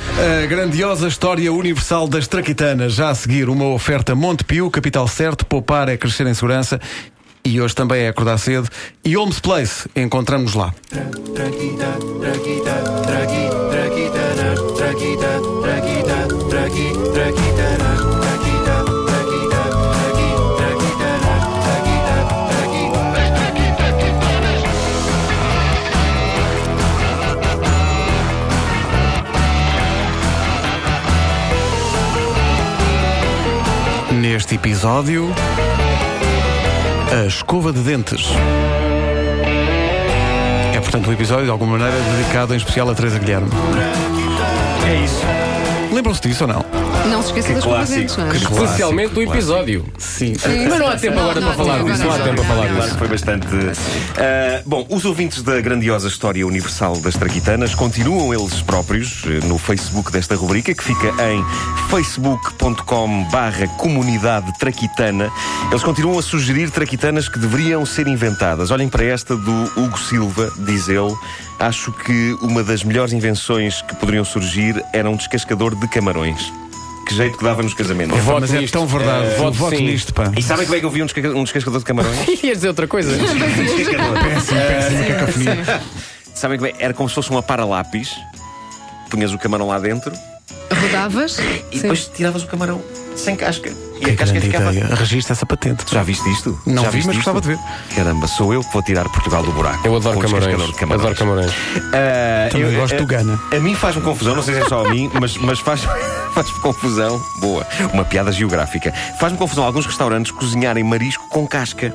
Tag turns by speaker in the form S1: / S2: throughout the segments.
S1: A grandiosa história universal das traquitanas. Já a seguir, uma oferta Montepio, capital certo, poupar é crescer em segurança. E hoje também é acordar cedo. E Homes Place, encontramos lá. Neste episódio, a escova de dentes. É, portanto, um episódio, de alguma maneira, dedicado em especial a Teresa Guilherme.
S2: É isso.
S1: Lembram-se disso ou não?
S3: Não se esqueça das presentes, não é?
S1: clássico,
S4: Especialmente do
S2: clássico.
S4: episódio.
S1: Sim.
S4: Mas não há tempo
S3: Não,
S4: agora
S3: não
S4: para
S3: há
S4: falar
S3: tempo
S4: disso. Ah, Não há
S3: agora,
S4: tempo para
S3: não,
S4: falar
S3: não,
S2: Claro que
S4: disso.
S2: foi bastante. Ah, bom, os ouvintes da grandiosa história universal das Traquitanas continuam eles próprios eh, no Facebook desta rubrica, que fica em facebook.com/barra comunidade traquitana. Eles continuam a sugerir traquitanas que deveriam ser inventadas. Olhem para esta do Hugo Silva, diz ele. Acho que uma das melhores invenções que poderiam surgir era um descascador de camarões. Que jeito que dava nos casamentos.
S4: Voto
S1: Mas é
S4: nisto.
S1: tão verdade.
S4: Eh,
S1: voto
S4: voto sim.
S1: nisto, pá.
S2: E sabem como é que eu vi um descasca- um descascador de camarões?
S4: Ias dizer outra coisa?
S2: Um descascador.
S1: Péssima é cacofonia.
S2: Sabem como é? Era como se fosse um aparalápis. Punhas o camarão lá dentro
S3: Rodavas?
S2: e
S3: Sim.
S2: depois tiravas o camarão sem casca. E a
S1: Que
S2: casca
S1: grande
S2: é ficava.
S1: ideia. Registra essa patente.
S2: Já viste isto?
S1: Não
S2: Já
S1: vi,
S2: viste
S1: mas
S2: isto?
S1: gostava de ver.
S2: Caramba, sou eu que vou tirar Portugal do buraco.
S4: Eu adoro
S2: Com um
S4: camarões.
S2: descascador de camarões.
S4: Adoro camarões.
S2: Ah,
S1: Também gosto do Gana.
S2: A, mim faz-me confusão, não sei se é só a mim, mas, mas faz- faz-me confusão. Boa, uma piada geográfica. Faz-me confusão alguns restaurantes cozinharem marisco com casca.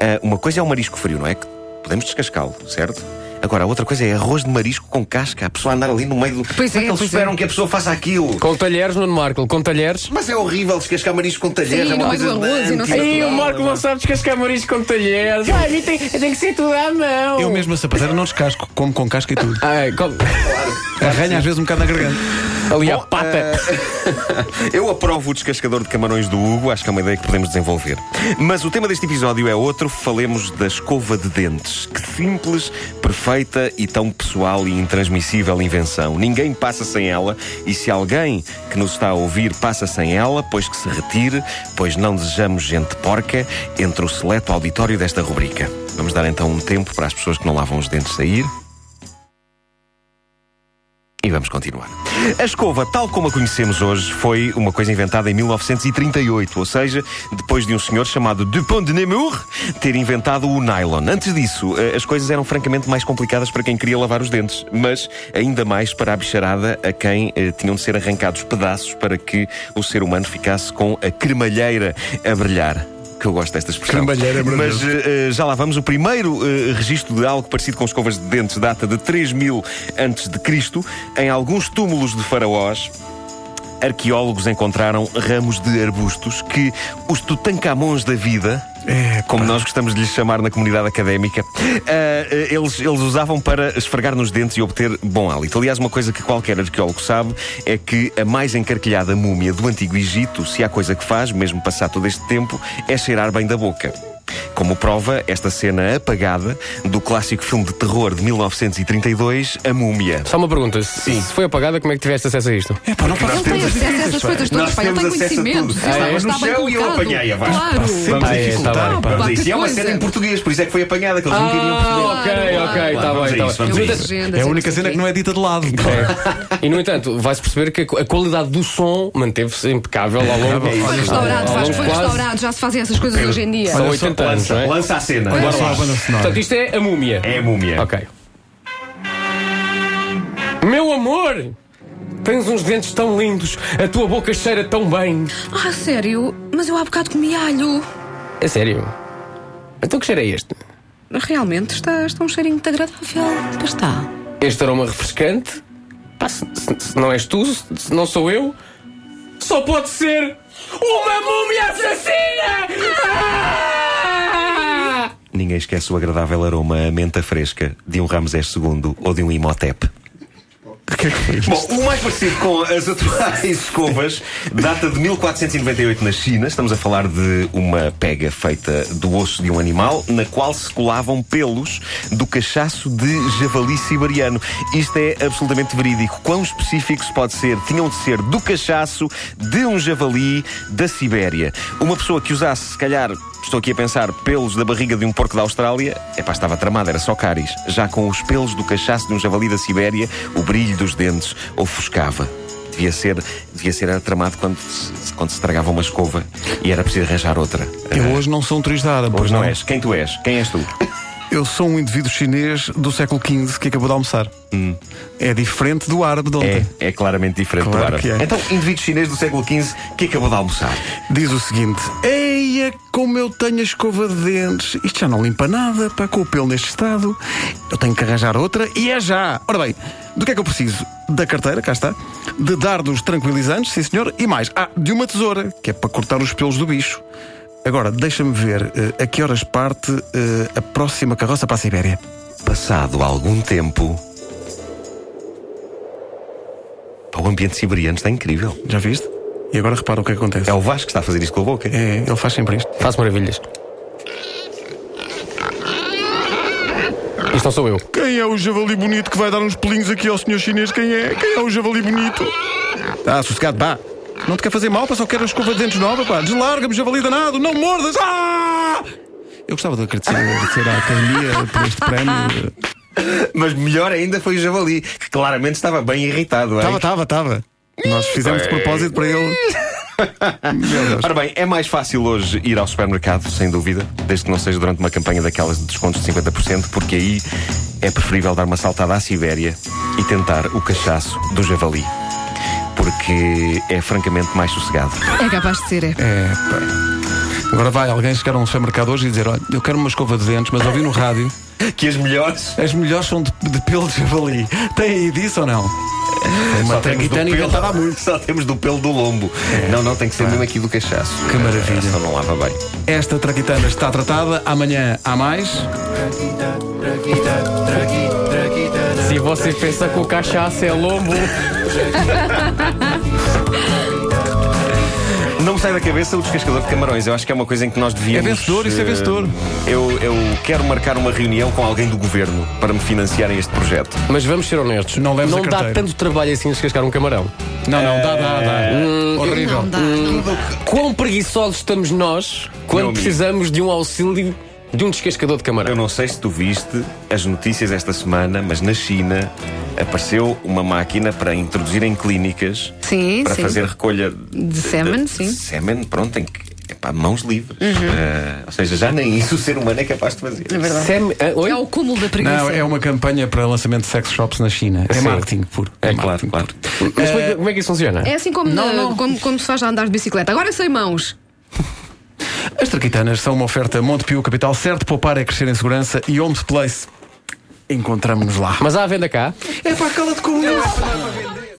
S2: Ah, uma coisa é o marisco frio, não é? Que podemos descascá-lo, certo? Agora, a outra coisa é arroz de marisco com casca. A pessoa andar ali no meio do.
S3: Pois
S2: Como
S3: é,
S2: que eles
S3: pois
S2: esperam
S3: é.
S2: que a pessoa faça aquilo.
S4: Com talheres, Nuno Marco, com talheres.
S2: Mas é horrível descascar marisco com talheres.
S3: Sim,
S2: é uma
S3: no meio
S2: coisa
S3: do arroz e não sei
S4: Ei,
S2: antinatural,
S4: o Marco
S2: não é?
S4: não sabe descascar marisco com talheres. Ah, a mim tem, tem que ser tudo à mão.
S1: Eu mesmo a sapateira não descasco, como com casca e tudo.
S4: Ah, com-
S1: Arranha às vezes um bocado na garganta.
S4: ali à pata.
S2: Eu aprovo o descascador de camarões do Hugo, acho que é uma ideia que podemos desenvolver. Mas o tema deste episódio é outro, falemos da escova de dentes. Que simples, perfeita e tão pessoal e intransmissível invenção. Ninguém passa sem ela e se alguém que nos está a ouvir passa sem ela, pois que se retire, pois não desejamos gente porca, entre o seleto auditório desta rubrica. Vamos dar então um tempo para as pessoas que não lavam os dentes sair. E vamos continuar. A escova, tal como a conhecemos hoje, foi uma coisa inventada em 1938, ou seja, depois de um senhor chamado Dupont de Nemours ter inventado o nylon. Antes disso, eh, as coisas eram francamente mais complicadas para quem queria lavar os dentes, mas ainda mais para a bicharada a quem eh, tinham de ser arrancados pedaços para que o ser humano ficasse com a cremalheira a brilhar. Que eu gosto desta expressão.
S1: Cremalheira, maravilhoso.
S2: Mas eh, eh, já lá vamos. O primeiro eh, registro de algo parecido com escovas de dentes data de 3000 antes de Cristo, em alguns túmulos de faraós. Arqueólogos encontraram ramos de arbustos que os Tutancamons da vida, como nós gostamos de lhes chamar na comunidade académica, eh, eh, eles, eles usavam para esfregar nos dentes e obter bom hálito. Aliás, uma coisa que qualquer arqueólogo sabe é que a mais encarquilhada múmia do Antigo Egito, se há coisa que faz, mesmo passar todo este tempo, é cheirar bem da boca. Como prova, esta cena apagada do clássico filme de terror de 1932, A Múmia.
S4: Só uma pergunta. Se, se foi apagada, como é que tiveste acesso a isto?
S1: É pá, não
S3: Ele
S1: faço
S3: tem acesso a essas coisas todas, pai. Ele tem conhecimentos.
S4: é?
S2: Estava
S3: Ele está
S2: no
S3: bem
S2: chão e eu
S3: colocado.
S2: apanhei-a, vá.
S3: Claro.
S1: Sempre
S4: Ah, é, tá
S1: dificultar,
S4: bem,
S1: pá.
S2: Vamos a isso. E é uma
S3: que
S2: cena em
S3: coisa. Ah.
S2: português, por isso é que foi apagada, que eles nunca iriam perceber.
S4: ok, ok, está
S2: Vamos a
S4: bem,
S2: isso,
S4: está
S2: vamos
S4: bem.
S2: a isso.
S1: É a única cena que não é dita de lado.
S4: E no entanto, vai-se perceber que a co- a qualidade do som manteve-se impecável ao longo
S2: Impecável.
S3: Foi
S2: Olha,
S3: restaurado,
S4: ao
S3: faz,
S4: longo
S3: foi
S4: quase-
S3: restaurado, já se fazem essas coisas hoje em dia.
S4: São
S1: Olha só,
S4: 80 anos, não
S2: Lança,
S4: é?
S2: lança a cena. Bora
S1: Só a
S2: lá.
S1: banda sonora.
S4: Portanto, isto é a múmia.
S2: É a Múmia.
S4: Ok. Meu amor! Tens uns dentes tão lindos, a tua boca cheira tão bem.
S3: Ah, sério? Mas eu há bocado comi alho.
S4: É sério? Então que cheiro é este?
S3: Realmente está, está um cheirinho muito agradável. Pois está.
S4: Este aroma refrescante? Pá, se, se- se não és tu, se, se não sou eu, só pode ser uma múmia assassina! Ah!
S2: Ninguém esquece o agradável aroma a menta fresca de um Ramsés II ou de um Imhotep.
S1: O que é que foi isto?
S2: Bom, o mais parecido com as atuais escovas data de 1498 na China. Estamos a falar de uma pega feita do osso de um animal, na qual se colavam pelos do cachaço de javali siberiano. Isto é absolutamente verídico. Quão específico se pode ser? Tinham de ser do cachaço de um javali da Sibéria. Uma pessoa que usasse, se calhar, estou aqui a pensar, pelos da barriga de um porco da Austrália, epá, estava tramada, era só cáries. Já com os pelos do cachaço de um javali da Sibéria, o brilho dos dentes ofuscava. Devia ser, devia ser era tramado quando se, quando se tragava uma escova e era preciso arranjar outra.
S1: Eu hoje não sou um turista árabe.
S2: Hoje não és. Quem tu és? Quem és tu?
S1: Eu sou um indivíduo chinês do século XV que acabou de almoçar. É diferente do árabe de ontem.
S2: É, é claramente diferente
S1: Claro
S2: do árabe.
S1: que é.
S2: Então, indivíduo chinês do século XV que acabou de almoçar.
S1: Diz o seguinte: Eia, como eu tenho a escova de dentes. Isto já não limpa nada, pá, com o pelo neste estado. Eu tenho que arranjar outra e é já. Ora bem, do que é que eu preciso? Da carteira, cá está. De dardos tranquilizantes, sim senhor. E mais, ah, de uma tesoura, que é para cortar os pelos do bicho. Agora, deixa-me ver eh, a que horas parte eh, a próxima carroça para a Sibéria.
S2: Passado algum tempo. Pá, O ambiente siberiano está incrível.
S1: Já viste? E agora repara o que é que acontece.
S2: É o Vasco que está a fazer isto com a boca.
S1: É, ele faz sempre isto.
S4: Faço maravilhas. Isto não sou eu.
S1: Quem é o javali bonito que vai dar uns pelinhos aqui ao senhor chinês? Quem é? Quem é o javali bonito? Ah, sossegado, pá. Não te quer fazer mal, pá, só quero a escova de dentes nova, pá. Deslarga-me, javali danado, não mordas! Ah! Eu gostava de agradecer, agradecer à academia por este prémio.
S2: Mas melhor ainda foi o Javali, que claramente estava bem irritado.
S1: Tava,
S2: hein?
S1: tava, tava. Nós fizemos de propósito para ele. Meu Deus.
S2: Ora bem, é mais fácil hoje ir ao supermercado, sem dúvida, desde que não seja durante uma campanha daquelas de descontos de 50%, porque aí é preferível dar uma saltada à Sibéria e tentar o cachaço do Javali. Porque é francamente mais sossegado.
S3: É capaz de ser, é.
S1: É, pá. Agora vai alguém chegar a um supermercado hoje e dizer: Olha, eu quero uma escova de dentes, mas ouvi no rádio.
S2: Que as melhores.
S1: As melhores são de, de pelo de javali. Tem aí disso ou não? Tem uma traquitana inventada há muito. É. Ah.
S2: Só temos do pelo do lombo. Não, não, tem que ser mesmo aqui do cachaço.
S1: Que maravilha.
S2: Essa não lava bem.
S1: Esta traquitana está tratada, amanhã há mais.
S4: Se você pensa que o cachaço é lombo.
S2: Não me sai da cabeça o descascador de camarões. Eu acho que é uma coisa em que nós devíamos.
S1: É vencedor, isso é
S2: eh,
S1: vencedor.
S2: Eu, eu quero marcar uma reunião com alguém do governo para me financiarem este projeto.
S4: Mas vamos ser honestos.
S1: Não leves a
S4: dá
S1: carteira.
S4: tanto trabalho assim descascar um camarão.
S1: Não, não, dá, dá, dá. Horrível.
S3: Não dá, não dá.
S4: Quão preguiçosos estamos nós
S2: Meu
S4: quando
S2: amigo.
S4: precisamos de um auxílio de um descascador de camarão?
S2: Eu não sei se tu viste as notícias esta semana, mas na China apareceu uma máquina para introduzir em clínicas
S3: Sim,
S2: para
S3: sim.
S2: fazer recolha de,
S3: sêmen,
S2: de-
S3: sim. Uhum.
S2: de Sêmen, pronto, em que. Epá, mãos livres. Eh, ou seja, já nem isso o ser humano é capaz de fazer.
S3: É verdade.
S4: Sem- ah, oi?
S3: É o cúmulo da preguiça.
S1: Não, é uma campanha para lançamento de sex shops na China. É
S4: Sim.
S1: marketing puro.
S2: É claro,
S1: marketing
S2: claro.
S1: puro.
S4: Mas como é que- como é que isso funciona?
S3: É assim como,
S1: Não,
S3: na-
S1: não.
S3: como, como se faz a andar de bicicleta. Agora sem mãos.
S1: As traquitanas são uma oferta Montepio, capital certo, poupar é crescer em segurança e Homes Place. Encontramos-nos lá.
S4: Mas há a venda cá?
S1: É para cala de comunhão.